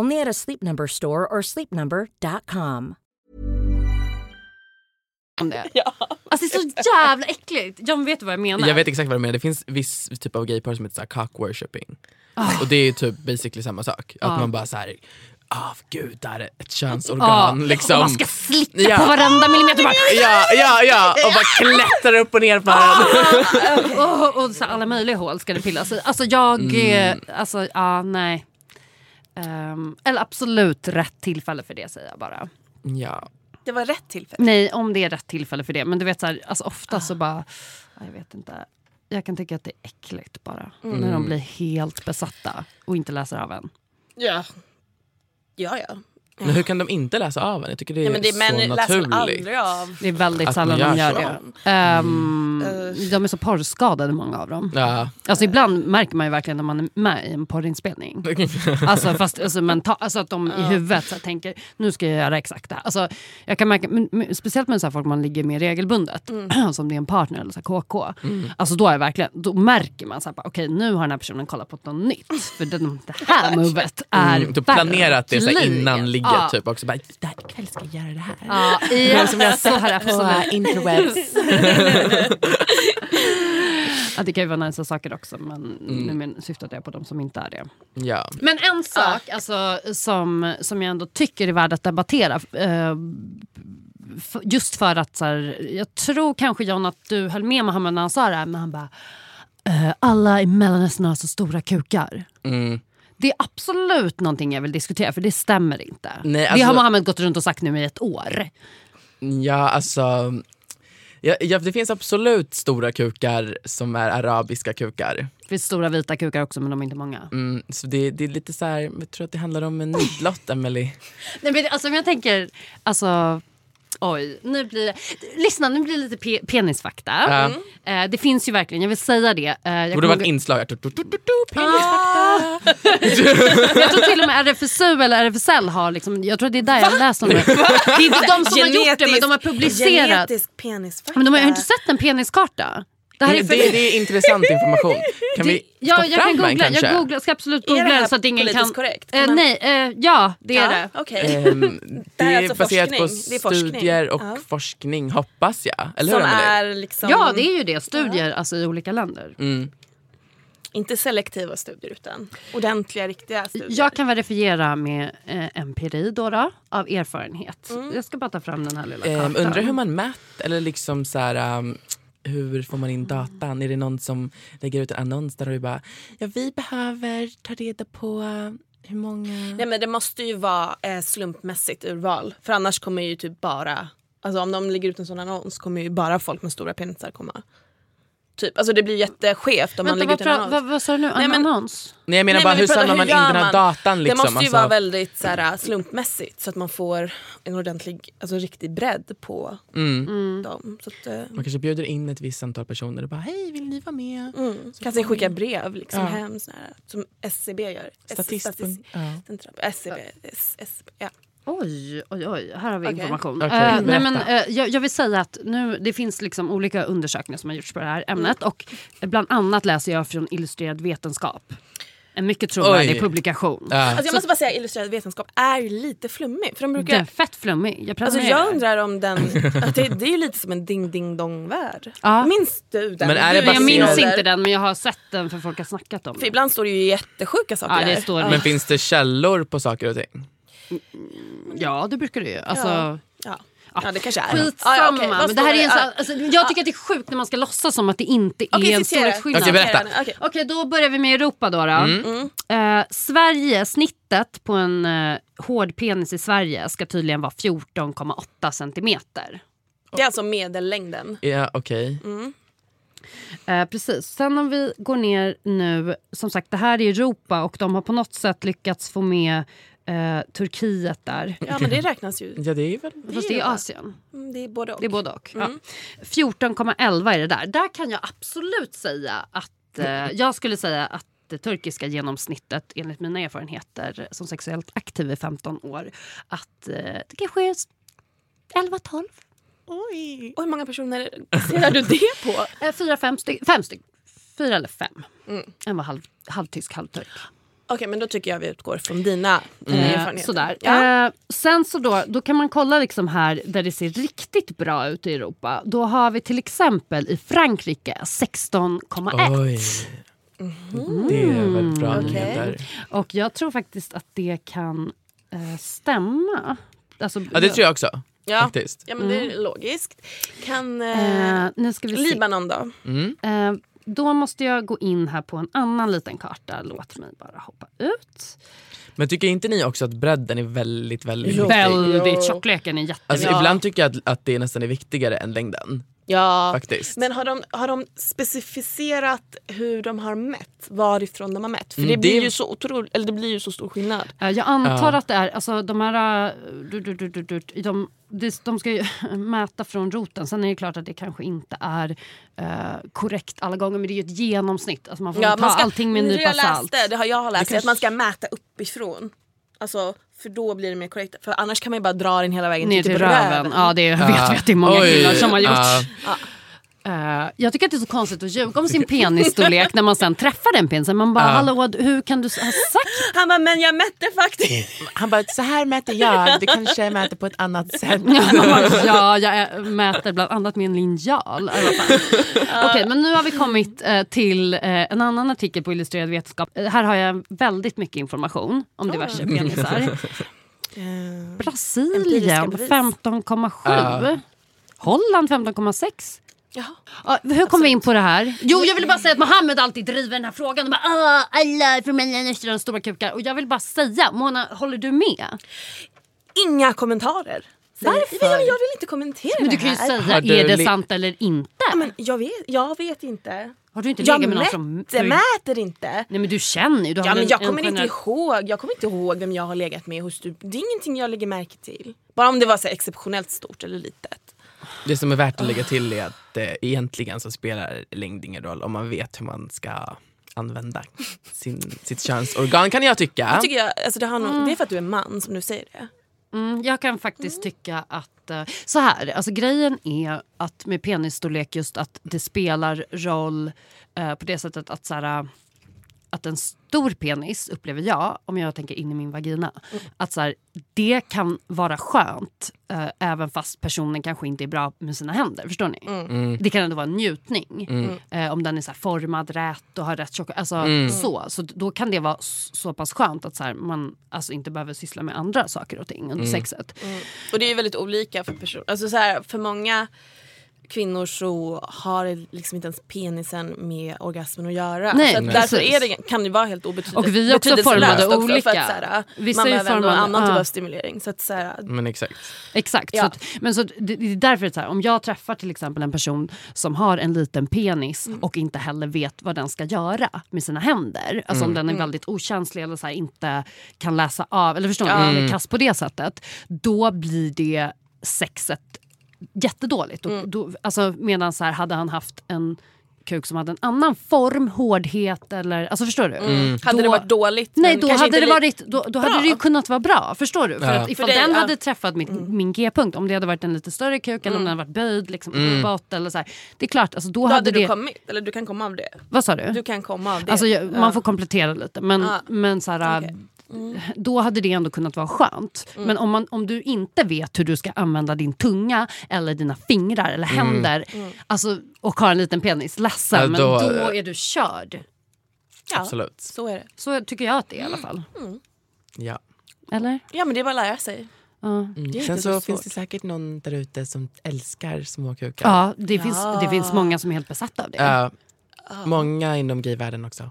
H: Only at a Sleep Number store or sleepnumber.com.
D: om det? Ja. Alltså det är så jävla äckligt. Jag vet vad jag menar.
F: Jag vet exakt vad du menar. Det finns viss typ av gaypar som heter så här cock worshipping.
E: Ah.
F: Och det är ju typ basically samma sak. Att man bara så här, avgudar ett könsorgan.
E: Ah.
F: Liksom.
D: Och man ska slicka
F: Ja. Ah!
D: på varenda millimeter. Bara,
F: Ja, ja, ja. Och bara klättrar upp och ner på
E: Ah.
F: den.
D: och, och så här, alla möjliga hål ska det pillas i. Alltså jag...
F: Mm.
D: eh, Alltså, ja, nej. Ehm, eller absolut rätt tillfälle för det säger jag bara.
F: Ja.
E: Det var rätt tillfälle.
D: Nej, om det är rätt tillfälle för det. Men du vet så här, alltså ofta
F: Ah.
D: så bara... "Ah, Jag vet inte. Jag kan tycka att det är äckligt bara.
F: Mm.
D: När de blir helt besatta och inte läser av en.
E: Ja. Ja, ja.
F: Men hur kan de inte läsa av en? Jag tycker det är,
E: ja men det är
F: så
E: män läser väl
F: naturligt.
E: aldrig av.
D: Det är väldigt
F: Att
D: sällan
F: man
D: de
F: gör
D: gör
F: så. Mm.
D: det. Ehm, De är så porrskadade många av dem.
F: Ja.
D: Alltså ibland märker man ju verkligen när man är med i en porrinspelning. Alltså, fast, alltså, menta- alltså att de i huvudet så här, tänker nu ska jag göra exakt det här. Alltså, jag kan märka, men, men, speciellt med så här, folk man ligger med regelbundet, som det är en partner eller så här, KK. Alltså, då, är jag verkligen, då märker man så här, bara, okej nu har den här personen kollat på något nytt. För den, det här movet är
F: Mm, typ planerat det så här
D: verkligen-
F: innan ligget
E: Ah.
D: Ja.
F: typ också. Bara, där ikväll ska jag göra det här.
D: Ja, ja, som jag så här, absolut.
F: interwebs.
D: Ja, det kan ju vara nice saker också men
F: Mm.
D: nu men, syftade jag på de som inte är det.
F: Ja.
D: Men en sak alltså, som, som jag ändå tycker är värd att debattera. Eh, f- just för att så här, jag tror kanske John att du höll med Mohammed när han sa det här. Men han bara, eh, alla i Mellanöstern har så stora kukar.
F: Mm.
D: Det är absolut någonting jag vill diskutera för det stämmer inte.
F: Nej,
D: det har
F: alltså-
D: Mohammed gått runt och sagt nu i ett år.
F: Ja, alltså. Ja, ja, det finns absolut stora kukar som är arabiska kukar.
D: Det finns stora vita kukar också men de är inte många.
F: Mm, så det, det är lite så här, jag tror att det handlar om en nidlott, Emily.
D: Nej, men, alltså, om jag tänker, alltså, Oj, nu blir det... Lyssna, nu blir det lite pe- penisfakta.
F: Ja.
D: Eh, det finns ju verkligen, jag vill säga det. Eh, jag
F: Borde
D: kommer
F: varit
D: ihåg-
F: inslag. här. Du, du, du, du, du, ping.
D: Ah. jag tror till och med RFSU eller RFSL har liksom, jag tror det är där jag läst om det. Det är inte de som har gjort det men de har publicerat.
E: Genetisk penisfakta.
D: Men de har ju inte sett en peniskarta. Det här är
F: Det,
D: för...
F: det, det är intressant information. Kan vi ta
D: Ja, jag
F: fram
D: kan
F: den
D: googla.
F: kanske?
D: Jag googlar, ska absolut
E: det
D: googla
E: här
D: så att ingen
E: politiskt
D: kan...
E: korrekt? Kan
D: Eh,
E: man-
D: nej, eh, ja det är det.
E: Ja, okej.
F: Ehm, det
E: här är
F: är
E: alltså
F: baserat på
E: forskning. Det är forskning.
F: studier och
E: Ja.
F: forskning hoppas jag. Eller hur
E: Som
F: Anneli?
E: är liksom,
D: Ja det är ju det, studier alltså, i olika länder.
F: Mm.
E: inte selektiva studier utan ordentliga, riktiga studier.
D: Jag kan verifiera med eh, empiri då, då av erfarenhet.
E: Mm.
D: Jag ska bara ta fram den här lilla
F: Ehm,
D: kartan.
F: undrar hur man mäter, eller liksom så här, ehm, hur får man in datan? Är det någon som lägger ut en annons där och bara ja, vi behöver ta reda på eh, hur många...
E: Nej men det måste ju vara eh, slumpmässigt urval. För annars kommer ju typ bara... Alltså om de lägger ut en sån annons kommer ju bara folk med stora penisar komma. Typ, alltså det blir jätteskevt om
D: Vänta,
E: man lägger
D: vad,
E: ut en
D: pra-
E: annons.
D: vad, vad sa du nu?
E: Nej, men-
D: Annons?
F: Nej, jag menar
E: Nej,
F: bara
E: men vi
F: hur
E: pratar,
F: samlar man in
E: gör
F: den här datan? Liksom?
E: Det måste ju
F: Alltså,
E: vara väldigt så här, eh, slumpmässigt så att man får en ordentlig, alltså riktig bredd på Mm. dem. Så att, eh,
F: mm. Man kanske bjuder in ett visst antal personer och bara hej vill ni vara med?
E: Mm.
F: Så
E: Kan sen
F: får ni-
E: skicka brev liksom
F: Ja.
E: hem såna här, som SCB gör.
F: Statist-
E: Statis-
F: ja.
E: SCB. S- SCB ja.
D: Oj, oj, oj. Här har vi
E: Okej.
D: information.
F: Okej,
D: Eh, nej,
F: berätta.
D: men, eh, jag, jag vill säga att nu, det finns liksom olika undersökningar som har gjorts på det
E: Mm.
D: här ämnet. Och bland annat läser jag från Illustrerad vetenskap. En mycket trovärdig
F: Oj.
D: publikation.
F: Ja.
E: Alltså jag måste bara säga illustrerad vetenskap är ju lite flummig. För de
D: Den är
E: brukar,
D: fett flummig. Jag
E: alltså
D: prenumererar.
E: jag undrar om den... Att det, det är ju lite som en ding ding dong värld.
D: Ja.
E: Minns du den?
F: Men är
E: Du
F: det
D: Men jag
E: ju
D: minns
F: baserad-
E: ålder.
D: inte den men jag har sett den för folk har snackat om
E: För
D: den.
E: ibland står det ju jättesjuka saker
D: Ja, det
E: där.
D: står
E: ja.
F: Men finns det källor på saker och ting?
D: Ja det brukar det ju. Alltså,
E: Ja. Ja. ja, det kanske är.
D: Skitsamma.
E: Ja, ja, okej, vad
D: men det här
E: står
D: är en så,
E: Ja.
D: alltså, jag tycker att det är sjukt när man ska låtsas som att det inte är
E: Okej,
D: en
E: citera.
D: storhetsskillnad.
F: Okej, berätta.
E: Citera nu, okej.
D: Okej, då börjar vi med Europa. Då, då.
E: Mm.
D: Eh, Sverige, snittet på en eh, hård penis i Sverige ska tydligen vara 14,8 centimeter.
E: Det är alltså medellängden.
F: Ja, okej.
E: Mm.
D: Eh, precis. Sen om vi går ner nu, som sagt det här är Europa och de har på något sätt lyckats få med eh, Turkiet där.
E: Ja, men det räknas ju.
F: Ja, det är väl...
D: Fast det är Asien.
E: Mm, Det är både och.
D: Det är både och.
E: Mm.
D: Ja. 14,11 är det där. Där kan jag absolut säga att eh, jag skulle säga att det turkiska genomsnittet enligt mina erfarenheter som sexuellt aktiv i 15 år att eh, det kanske är 11-12.
E: Och hur många personer baserar du det på?
D: Eh, fyra, fem stycken. Fem stycken. Fyra eller fem.
E: Mm.
D: En var halv, halvtysk, halvturk.
E: Okej, men då tycker jag vi utgår från dina mm.
D: Eh,
E: erfarenheter.
D: sådär.
E: Ja.
D: Eh, sen så då, då kan man kolla liksom här där det ser riktigt bra ut i Europa. Då har vi till exempel i Frankrike 16,1.
F: Oj. Det är väl bra
E: Mm. Okej.
F: nyheter.
D: Och jag tror faktiskt att det kan eh, stämma. Alltså,
F: Ja, det tror jag också.
E: Ja.
F: Faktiskt.
E: ja, men det är logiskt. Kan... Eh,
D: Mm. Eh, nu ska vi se.
E: Libanon då?
D: Eh, då måste jag gå in här på en annan liten karta. Låt mig bara hoppa ut.
F: Men tycker inte ni också att bredden är väldigt, väldigt viktig?
D: Väldigt, tjockleken är jätteviktig.
F: Alltså ibland tycker jag att, att det nästan är viktigare än längden.
E: Ja.
F: Faktiskt.
E: Men har de, har de specificerat hur de har mätt? Varifrån de har mätt? För det,
F: Mm,
E: blir,
F: det-
E: Ju så otroligt, eller det blir ju så stor skillnad.
D: Eh, Jag antar
F: Ja.
D: att det är, alltså de här, eh, du, du, du, du, du, de, de, de ska ju mäta från roten. Sen är det klart att det kanske inte är eh, korrekt alla gånger men det är ju ett genomsnitt. Alltså man får ta allting med en
E: det
D: nypa
E: jag
D: salt.
E: läste, det har jag har läst,
F: Det
E: är att man ska mäta uppifrån. Alltså, för då blir det mer korrekt. För annars kan man ju bara dra den hela vägen
D: Ner
E: typ
D: till röven. Ja, det vet vi att det är många
F: Oj,
D: killar som har gjort.
F: ja.
D: Eh, jag tycker att det är så konstigt att ljuga om sin penisstorlek när man sen träffar den penisen. Man bara, hallå hur kan du s- ha sagt?
E: Han bara, men jag mätte faktiskt.
F: Han bara, så här mäter jag, du kanske mäter på ett annat sätt.
D: Man bara, ja, jag ä- mäter bland annat med en linjal. i alla fall." Okej, men nu har vi kommit eh, till eh, en annan artikel på Illustrerad vetenskap. Eh, här har jag väldigt mycket information om diverse penisar.
E: Empiriska
D: Eh, Brasilien
E: bevis.
D: 15,7. Holland 15,6.
E: Jaha.
D: Ja, hur kom vi in på det här? Jo, jag vill bara säga att Mohammed alltid driver den här frågan. Och bara, "Ah, alla från Mellanöstern har stora kukar. Och jag vill bara säga, Mona, håller du med?
E: Inga kommentarer. säger...
D: Varför?
E: Jag, jag vill inte kommentera
D: Men du
E: det
D: kan ju
E: här.
D: säga,
F: Har du
D: är det
F: li-
D: sant eller inte?
E: Ja, Men jag, vet, jag vet inte.
D: Har du inte
E: Jag
D: legat med någon som...
E: mätte, mäter inte.
D: Nej men du känner ju. Du har väl
E: Ja, men
D: en-
E: jag
D: en
E: kommer inte
D: generell-
E: ihåg Jag kommer inte ihåg vem jag har legat med hos du. Det är ingenting jag lägger märke till. Bara om det var så här exceptionellt stort eller litet.
F: Det som är värt att lägga till är att eh, egentligen så spelar längd ingen roll om man vet hur man ska använda sin, sitt könsorgan kan jag tycka.
E: Det, tycker jag, alltså det, har nog, det är för att du är man som du säger det.
D: Mm, jag kan faktiskt tycka att... eh, Så här, alltså grejen är att med penisstorlek just att det spelar roll eh, på det sättet att så här, eh, att en stor penis, upplever jag, om jag tänker in i min vagina,
E: Mm.
D: att så här, det kan vara skönt eh, även fast personen kanske inte är bra med sina händer. Förstår ni?
F: Mm.
D: Det kan ändå vara en njutning eh, om den är så här formad rätt och har rätt tjock... Alltså, så. så då kan det vara s- så pass skönt att så här, man alltså, inte behöver syssla med andra saker och ting under sexet.
E: Och det är ju väldigt olika för personer. Alltså så här, för många kvinnor så har liksom inte ens penisen med orgasmen att göra.
D: Nej,
E: så att
D: Nej.
E: därför
D: precis.
E: är det, kan det vara helt obetydligt.
D: Och vi är också
E: betydelselöst
D: formade
E: också, för
D: olika.
E: Att, så här,
D: Vissa
E: man
D: är ju
E: behöver ändå en
D: formade,
E: annan typ
D: ja.
E: av stimulering. Så att, så här,
F: Men exakt.
D: Exakt. Så
E: Ja.
D: att, men så, det, det är därför att så här, om jag träffar till exempel en person som har en liten penis
E: Mm.
D: och inte heller vet vad den ska göra med sina händer. Alltså
E: Mm.
D: om den är väldigt okänslig eller så här, inte kan läsa av, eller förstår ni,
E: Mm.
D: eller kass på det sättet. Då blir det sexet jättedåligt. Och,
E: Mm.
D: då, alltså, medan så här, hade han haft en kuk som hade en annan form, hårdhet eller... Alltså förstår du?
E: Mm. hade
D: Då-
E: det varit dåligt?
D: Nej,
E: men
D: då
E: kanske
D: hade,
E: inte
D: det
E: li-
D: varit, då, då hade det ju kunnat vara bra. Förstår du? För
F: Ja.
D: att ifall
E: För det-
D: den
E: ja.
D: hade träffat mitt, min G-punkt, om det hade varit en lite större kuk eller om den hade varit böjd liksom, uppåt eller så här. Det är klart, alltså, då,
E: Då
D: hade,
E: hade
D: det...
E: du kommit, eller du kan komma av det.
D: vad sa du?
E: Du kan komma av det.
D: Alltså, jag,
E: Ja.
D: man får komplettera lite. Men,
E: Ja.
D: men så här, mm.
E: Okej. Mm.
D: Då hade det ändå kunnat vara skönt. Men om, man, om du inte vet hur du ska använda din tunga eller dina fingrar eller händer
E: Mm.
D: Alltså, och har en liten penis, ledsen,
F: Ja,
D: men
F: då-
D: då är du körd.
E: ja,
F: Absolut.
E: Så är det.
D: Så tycker jag att det är i alla fall.
E: Mm.
F: Ja.
D: Eller?
E: Ja men det är bara att lära sig.
D: Ja.
E: Det är
F: Sen
E: inte
F: så,
E: så
F: finns
E: svårt.
F: det säkert någon där ute som älskar små kukar.
D: Ja, det, Finns, det finns många som är helt besatta av det.
F: Ja. Många inom gayvärlden också.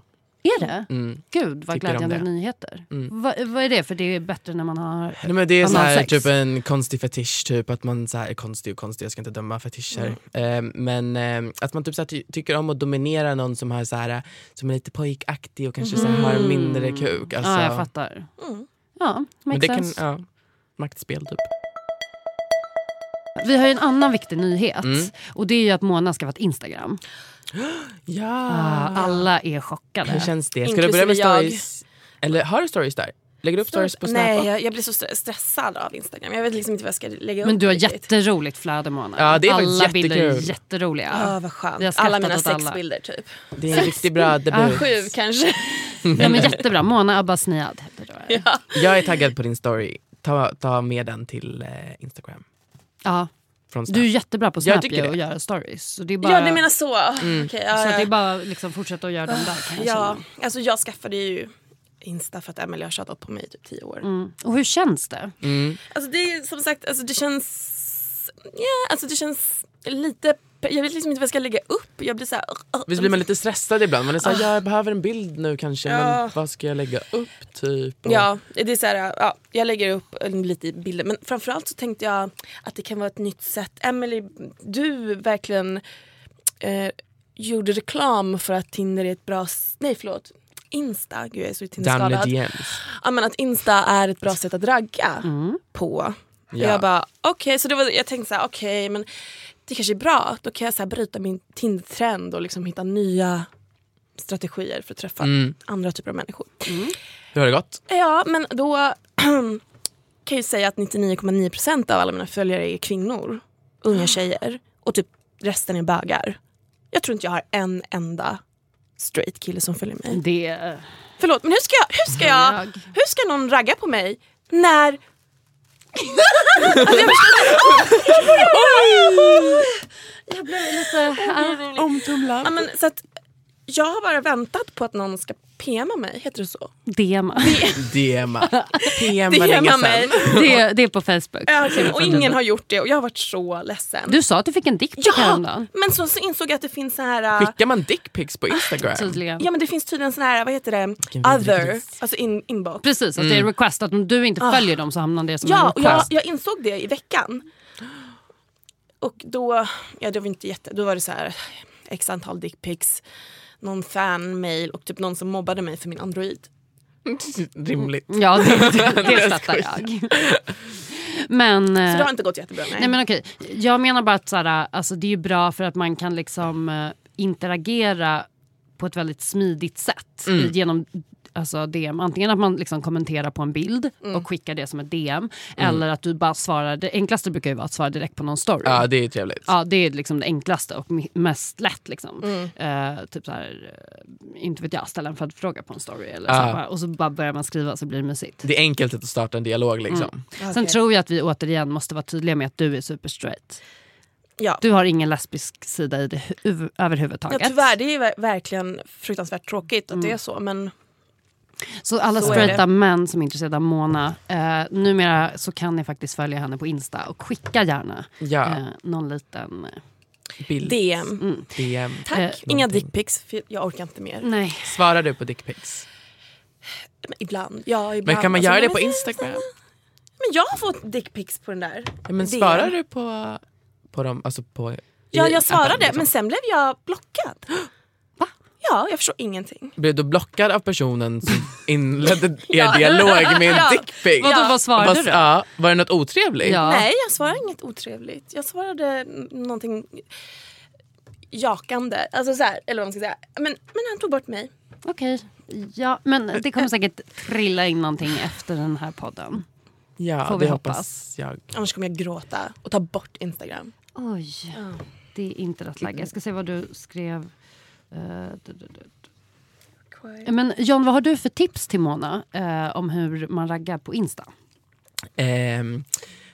D: Är det?
F: Mm.
D: Gud, vad
F: Tycker de
D: glädjande
F: det? Mm.
D: nyheter. Va, vad är det? För det är bättre när man har...
F: Nej, men det är
D: Anal
F: så här,
D: sex.
F: typ en konstig fetisch, typ att man så här, är konstig och konstig, jag ska inte döma
D: Mm.
F: fetischer. Eh, men eh, att man typ så här, ty- tycker om att dominera någon som, har, så här, som är lite pojkaktig och kanske så här, har mindre kuk. Alltså,
D: Mm. Ja, jag fattar. Ja,
F: men
D: makes
F: det kan,
D: sense.
F: ja, maktspel typ.
D: Vi har ju en annan viktig nyhet.
F: Mm.
D: Och det är ju att Mona ska vara ett Instagram.
F: Ja.
D: Ah, alla är
F: Hur
D: chockade.
F: känns det? Ska
E: Inklusive
F: du börja med
E: jag.
F: stories? Eller har du stories där? Lägger du upp stories på Snap?
E: Nej jag, jag blir så stre- stressad av Instagram. Jag vet liksom inte vad jag ska lägga upp.
D: Men du har
E: riktigt.
D: jätteroligt flöde, Mona.
F: Ja, det är faktiskt
D: alla bilder är
F: jättekul. Ah,
D: jätteroliga.
E: Ja vad
D: Vi har
E: skönt.
D: skrattat
E: Alla mina
D: åt alla.
E: sexbilder typ.
F: Det är en riktigt bra debut.
E: Sju kanske.
D: Nej, men jättebra. Mona Abbasniad heter du. Ja.
F: Jag är taggad på din story. Ta, ta med den till eh, Instagram. Från Snap.
D: Du är jättebra på
F: Jag
D: Snap
F: tycker
D: ju
F: det.
D: och göra stories. Så det är bara, Mm.
E: Ja du menar så. Okej, ja,
D: så att det är
E: ja.
D: bara liksom fortsätta att göra dem där. Kan jag
E: ja.
D: känna.
E: Alltså jag skaffade ju Insta för att Emelie har tjatat på mig i typ tio år.
D: Mm. Och hur känns det?
F: Mm.
E: Alltså det är som sagt, alltså det känns... Ja, alltså det känns lite... Jag vet liksom inte vad jag ska lägga upp. Jag blir så här...
F: Visst blir man lite stressad ibland? Man är
E: Ah.
F: såhär, jag behöver en bild nu kanske men vad ska jag lägga upp typ? Och-
E: Ja, det är så här, ja, jag lägger upp en- lite bilder men framförallt så tänkte jag att det kan vara ett nytt sätt. Emily, du verkligen eh, gjorde reklam för att Tinder är ett bra... s- Nej förlåt, Insta. Gud jag är så
F: Down med
E: Tinder-skadad.
F: DMs.
E: Ja, men att Insta är ett bra sätt att ragga på.
F: Ja.
E: Jag bara okej, så det var, jag tänkte så här okej men det kanske är bra. Då kan jag så här bryta min Tinder-trend och liksom hitta nya strategier för att träffa andra typer av människor.
F: Hur har det gått?
E: Ja, men då kan jag ju säga att 99,9% av alla mina följare är kvinnor, unga tjejer och typ resten är bögar. Jag tror inte jag har en enda straight kille som följer mig.
D: Det är...
E: Förlåt, men hur ska jag, hur ska jag, hur ska någon ragga på mig när Alltså,
D: Jag blev lite...
E: Ja, men, så att, Jag har bara väntat på att någon ska PMa mig, heter det så?
D: Dema.
F: DMa. DMa länge
E: DMa
F: sen.
E: mig.
D: Det, det är på Facebook.
E: Ja, okej. Och ingen har gjort det och jag har varit så ledsen.
D: Du sa att du fick en dickpic
E: ja,
D: häromdagen.
E: men så, så insåg jag att det finns så här... äh,
F: Skickar man dickpics på Instagram?
D: Tydligen.
E: Ja men det finns tydligen sån här, vad heter det, other, alltså in, inbox.
D: Precis, att det
E: Mm.
D: är request. Att om du inte följer dem så hamnar det som en
E: Ah. Ja, och jag,
D: request.
E: jag insåg det i veckan. Och då, ja det var inte jätte, då var det så här x antal dickpics, någon fan-mail och typ någon som mobbade mig för min Android.
F: Rimligt.
D: Ja, det, det, det stöttar jag. Men,
E: Så det har inte gått jättebra. Nej.
D: nej men okej, jag menar bara att så här, alltså, det är ju bra för att man kan liksom eh, interagera på ett väldigt smidigt sätt i-
F: Mm.
D: genom alltså, DM. Antingen att man liksom kommenterar på en bild
F: Mm.
D: och skickar det som ett DM eller att du bara svarar, det enklaste brukar ju vara att svara direkt på någon story.
F: Ja, det är ju trevligt.
D: Ja, det är liksom det enklaste och m- mest lätt. Liksom.
F: Mm.
D: Eh, typ så här, eh, inte vet jag, ställa en följdfråga på en story. Eller så
F: Ja.
D: här bara, och så bara börjar man skriva så blir det mysigt.
F: Det är enkelt att starta en dialog
E: Mm.
F: liksom.
D: Sen tror jag att vi återigen måste vara tydliga med att du är superstraight.
E: Ja.
D: Du har ingen lesbisk sida i det hu- överhuvudtaget. Mm.
E: Ja, tyvärr, det är ver- verkligen fruktansvärt tråkigt att det är så. Men
D: Så alla
E: Så är
D: straighta
E: det.
D: män som är intresserade av Mona, eh, numera så kan ni faktiskt följa henne på Insta och skicka gärna
F: Ja.
D: eh, någon liten... eh,
F: Bild.
E: DM.
D: Mm.
F: DM.
E: Tack. Inga dickpics, för jag orkar inte mer.
D: Nej.
F: Svarar du på dickpics?
E: Men ibland. Ja, ibland.
F: Men kan man
E: Alltså,
F: göra det
E: men-
F: på Instagram?
E: Men jag har fått dickpics på den där.
F: Ja, men
E: DM.
F: svarar du på, på dem? Alltså på, i
E: Ja, jag
F: appen,
E: svarade
F: liksom?
E: men sen blev jag blockad. Va? Ja, jag förstår ingenting.
F: Blev du blockad av personen som inledde er
E: Ja.
F: dialog med en
E: Ja.
F: dickpic?
D: Vadå, vad svarade
F: Vad-
D: du?
F: Ja, var det något otrevligt?
D: Ja.
E: Eh, Nej, jag svarade inget otrevligt. Jag svarade n- någonting jakande. Alltså så här, eller vad man ska säga. Men, men han tog bort mig.
D: Okej. Ja, men det kommer säkert trilla in någonting efter den här podden.
F: Ja,
D: Får
F: det
D: vi
F: hoppas,
D: hoppas.
F: jag.
E: Annars kommer jag gråta och ta bort Instagram.
D: Oj, det är inte rätt läge. Jag ska se vad du skrev. Eh, du, du, du. Men John, vad har du för tips till Mona eh, om hur man raggar på Insta?
F: Ehm,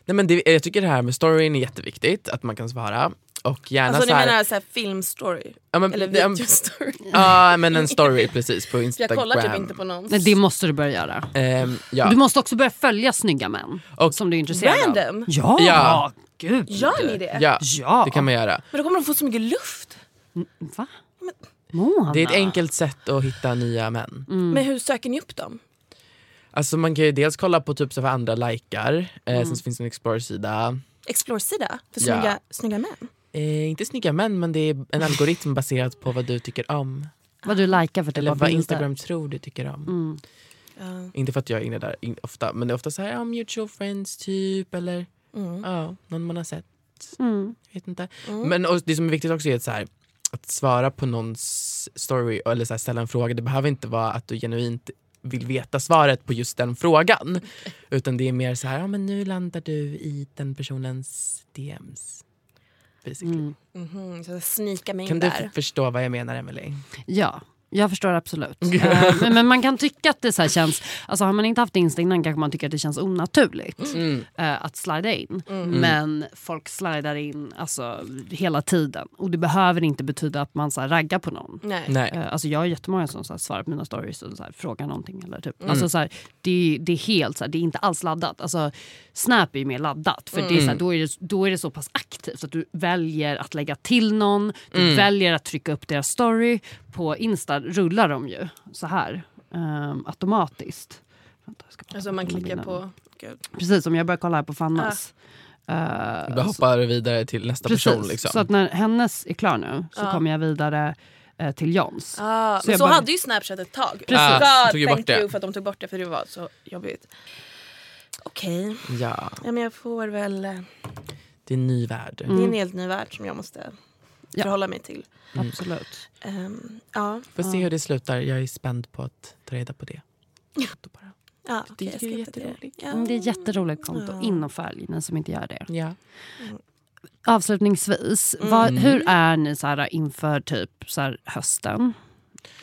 F: nej, men det, jag tycker det här med storyn är jätteviktigt, att man kan svara. Och gärna
E: Alltså
F: så
E: ni
F: här,
E: menar så här filmstory?
F: ja, men,
E: Eller
F: ja, men-
E: videostory? Alltså,
F: Ja men en story precis på Instagram.
E: Jag kollar typ inte på någons.
D: Nej, det måste du börja göra.
F: Ehm, ja.
D: Du måste också börja följa snygga män
F: Och-
D: som du är intresserad av.
E: Random?
D: Ja,
F: Ja.
D: gud.
E: Gör ni det?
F: Ja,
D: Ja.
F: det kan man göra.
E: Men då kommer de få så mycket luft.
F: Mm.
D: Va? Mona?
F: Det är ett enkelt sätt att hitta nya män.
D: Mm.
E: Men hur söker ni upp dem?
F: Alltså man kan ju dels kolla på typ så vad andra likar, eh, sen så finns det en explore-sida.
E: Explore-sida för
F: Ja.
E: snygga, snygga män?
F: Eh, inte snygga män men det är en algoritm baserad på vad du tycker om.
D: Vad du likar för typ
F: Eller
D: av
F: vad
D: bilder. Mm.
F: Instagram tror du tycker om. Inte för att jag är inne där in, ofta men det är ofta så här, ja, mutual friends typ eller
E: Mm.
F: ja, någon man har sett. Jag vet inte. Men och det som är viktigt också är att, så här, att svara på någons story eller så här, ställa en fråga. Det behöver inte vara att du genuint vill veta svaret på just den frågan. Utan det är mer så här, ja, men nu landar du i den personens DMs. Basically.
D: Mm.
E: Mhm, så jag ska snika mig
F: Kan
E: in
F: du
E: där.
F: förstå vad jag menar Emelie?
D: Ja, jag förstår absolut. Eh, men, men man kan tycka att det så här känns... Alltså har man inte haft Insta innan kanske man tycker att det känns onaturligt eh, att slida in.
F: Mm.
D: Men folk slidar in alltså, hela tiden. Och det behöver inte betyda att man så här, raggar på någon.
E: Nej.
F: Nej.
D: Eh, Alltså jag har jättemånga som så här svarar på mina stories och så här frågar någonting. Eller typ.
E: Mm.
D: alltså så här, det, är- det är helt så här, det är inte alls laddat. Alltså, Snap är ju mer laddat. För det är så här,
E: Mm.
D: då, är det, då är det så pass aktivt att du väljer att lägga till någon. Du
E: Mm.
D: väljer att trycka upp deras story. På Insta rullar de ju så här ehm, automatiskt. Vänta, jag ska prata
E: Alltså
D: med
E: man
D: hela
E: klickar
D: bilden.
E: på... Ah. Gud.
D: Precis, som jag börjar kolla här på Fannas. Eh,
F: Du hoppar vidare till nästa person. Liksom.
D: Så att när hennes är klar nu så kommer jag vidare eh, till Johns.
E: Ah,
D: Så
E: men
D: jag
E: så
D: bara-
E: hade ju Snapchat ett tag.
D: Precis.
E: God,
F: Ah, tog ju bort
E: thank
F: det.
E: you för att de tog bort det för det var så jobbigt. Okej,
F: Ja,
E: ja, men jag får väl... eh,
F: det är en ny värld.
E: Det är en helt ny värld som jag måste
D: Mm. Ja.
E: förhålla mig till.
D: Absolut.
E: Ehm, ja,
F: Mm. Får se hur det slutar. Jag är spänd på att ta reda på det. Då bara.
E: ja,
F: Det
E: okej,
F: är
E: jag ska
F: ju
E: hitta det.
F: jätteroligt.
E: Ja.
D: Mm, Det är ett jätteroligt konto. In och följ ni som inte gör det.
F: Ja.
D: Avslutningsvis, vad, hur är ni så här, inför typ så här, hösten?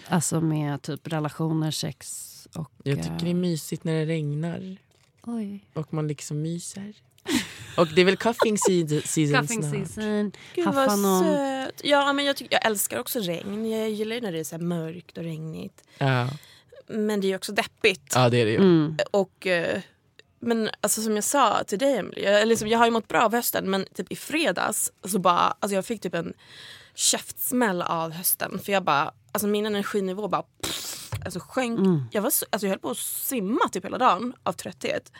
D: Alltså med typ relationer, sex och... eh,
F: Jag tycker det är mysigt när det regnar
D: Oj.
F: och man liksom myser. Och det är väl cuffing se- season
D: Cuffing
F: snart.
D: season,
E: Gud vad
D: haffa någon.
E: söt. söt. Ja, men jag, tycker, jag älskar också regn. Jag gillar ju när det är så här mörkt och regnigt.
F: Ja,
E: Men det är ju också deppigt.
F: ja det är det ju.
D: Mm,
E: Och, eh, men alltså, som jag sa till dig Emelie, jag, liksom, jag har ju mått bra av hösten men typ i fredags så bara, alltså, jag fick typ en käftsmäll av hösten. För jag bara, alltså min energinivå bara pff, alltså, sjönk.
F: Mm.
E: Jag, var, så- alltså, jag höll på att simma typ hela dagen av trötthet.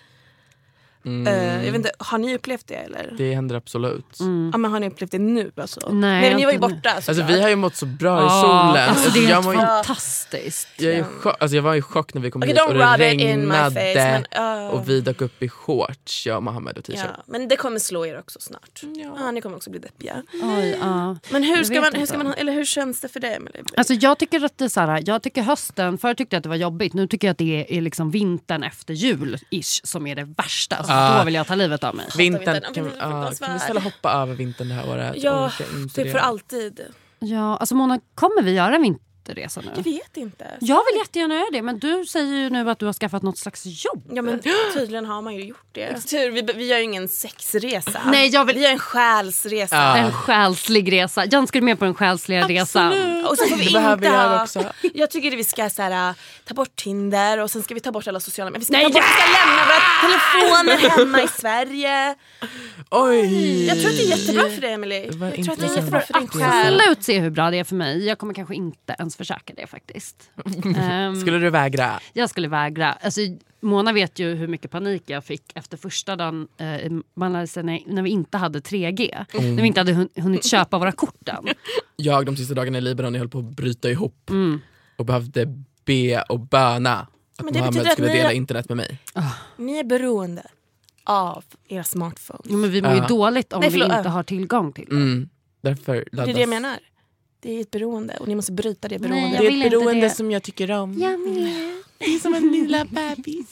E: Eh, jag vet inte, har ni upplevt det eller?
F: Mm. Det händer absolut.
D: Mm.
E: Ja, men har ni upplevt det nu alltså?
D: Nej,
E: ni var ju
D: inte nu.
E: borta. såklart.
F: Alltså vi har ju mått så bra i solen.
D: Alltså, det är
F: jag,
D: helt
F: mår ju,
D: fantastiskt.
F: jag, är i chock, alltså, jag var i chock när vi kom
E: Okej,
F: hit
E: don't
F: och
E: rub
F: det
E: it in my face,
F: regnade
E: men, ah.
F: och vi dök upp i shorts, jag, Mohammed och t-shirt.
E: Ja, men det kommer slå er också snart.
F: Mm.
E: Ja. ni kommer också bli deppiga.
D: Oj, ja.
E: Men hur, ska
D: vet
E: man, hur, ska
D: inte.
E: man, eller hur känns det för dig Emelie?
D: Alltså jag tycker att det är så här, jag tycker hösten, förr tyckte jag att det var jobbigt, nu tycker jag att det är liksom vintern efter jul ish som är det värsta. Alltså,
F: Ah.
D: Då vill jag ta livet av mig.
F: Vintern,
E: Vintern,
F: kan, vi,
E: vintern är
F: ja, kan vi
E: fruktansvärd.
F: snälla hoppa över vintern det här året?
E: Ja,
F: Orkar inte
E: typ för alltid.
D: Ja, alltså Mona, kommer vi göra en vinterresa nu?
E: Jag vet inte.
D: Jag vill jättegärna göra det, men du säger ju nu att du har skaffat något slags jobb.
E: Ja, men tydligen har man ju gjort det. Tur, vi, vi gör ju ingen sexresa.
D: Nej, jag vill-
E: Vi gör en själsresa.
F: Ja.
D: En själslig resa. Jan, ska du med på den själsliga resan?
E: Och så får vi
F: Det
E: inte
F: behöver vi göra
E: ha-
F: också.
E: Jag tycker att vi ska så här, äh, ta bort Tinder och sen ska vi ta bort alla sociala medier. Vi ska,
D: Nej,
E: ta bort, vi ska lämna våra telefoner hemma i Sverige.
F: Oj!
E: Jag tror att det är jättebra för dig Emelie.
F: Det var
E: Jag tror att det är
F: intressant.
E: jättebra för din själ.
D: Absolut se hur bra det är för mig. Jag kommer kanske inte ens försöka det faktiskt. Ehm,
F: Skulle du vägra?
D: Jag skulle vägra. Alltså, Mona vet ju hur mycket panik jag fick efter första dagen eh, i Malaysia när, när vi inte hade 3G. När vi inte hade hun- hunnit köpa våra kort än.
F: Mm. Jag de sista dagarna i Libanon jag höll på att bryta ihop
D: Mm.
F: och behövde be och böna att
E: Men det
F: Mohammed
E: betyder att
F: skulle
E: ni-
F: dela internet med mig.
E: Ni är beroende av era smartphones.
D: Jo, men vi mår ju
F: Ja.
D: dåligt om
E: Nej, förlåt.
D: vi inte har tillgång till det.
F: Mm. Därför
E: Det
F: laddas.
E: är det jag menar. Det är ett beroende och ni måste bryta det beroendet.
D: jag vill inte det.
F: som jag tycker om.
D: Jag med.
F: Det är som en lilla bebis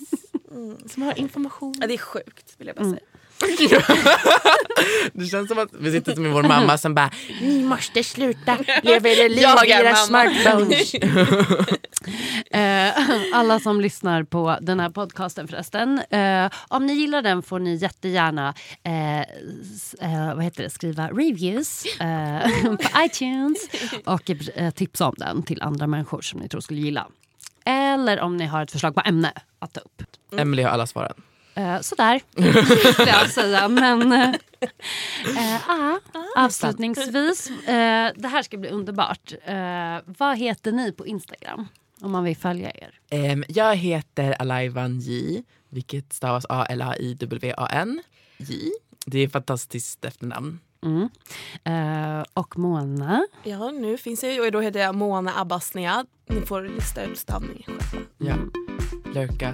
E: Mm.
F: som har information.
E: Ja, det är sjukt vill jag bara säga.
F: Det känns som att vi sitter med vår mamma som bara Ni måste sluta leva era liv
E: Jag
F: i
E: är
F: era
E: mamma.
F: smartphones.
D: Eh, alla som lyssnar på den här podcasten förresten. Eh, om ni gillar den får ni jättegärna eh, s- eh, vad heter det? skriva reviews eh, på iTunes och eh, tipsa om den till andra människor som ni tror skulle gilla. Eller om ni har ett förslag på ämne att ta upp.
F: Emelie har alla svaren.
D: Eh, sådär, skulle jag säga. Men eh, eh, ah, avslutningsvis, eh, det här ska bli underbart. Eh, vad heter ni på Instagram om man vill följa er?
F: Ehm, jag heter Alaivan J, vilket stavas A-L-A-I-W-A-N. J. Det är ett fantastiskt efternamn.
D: Mm. Eh, och Mona.
E: Ja, nu finns jag ju och då heter jag Mona Abbasnia. Ni får lista ut stavningen själva.
F: Ja. Lurka.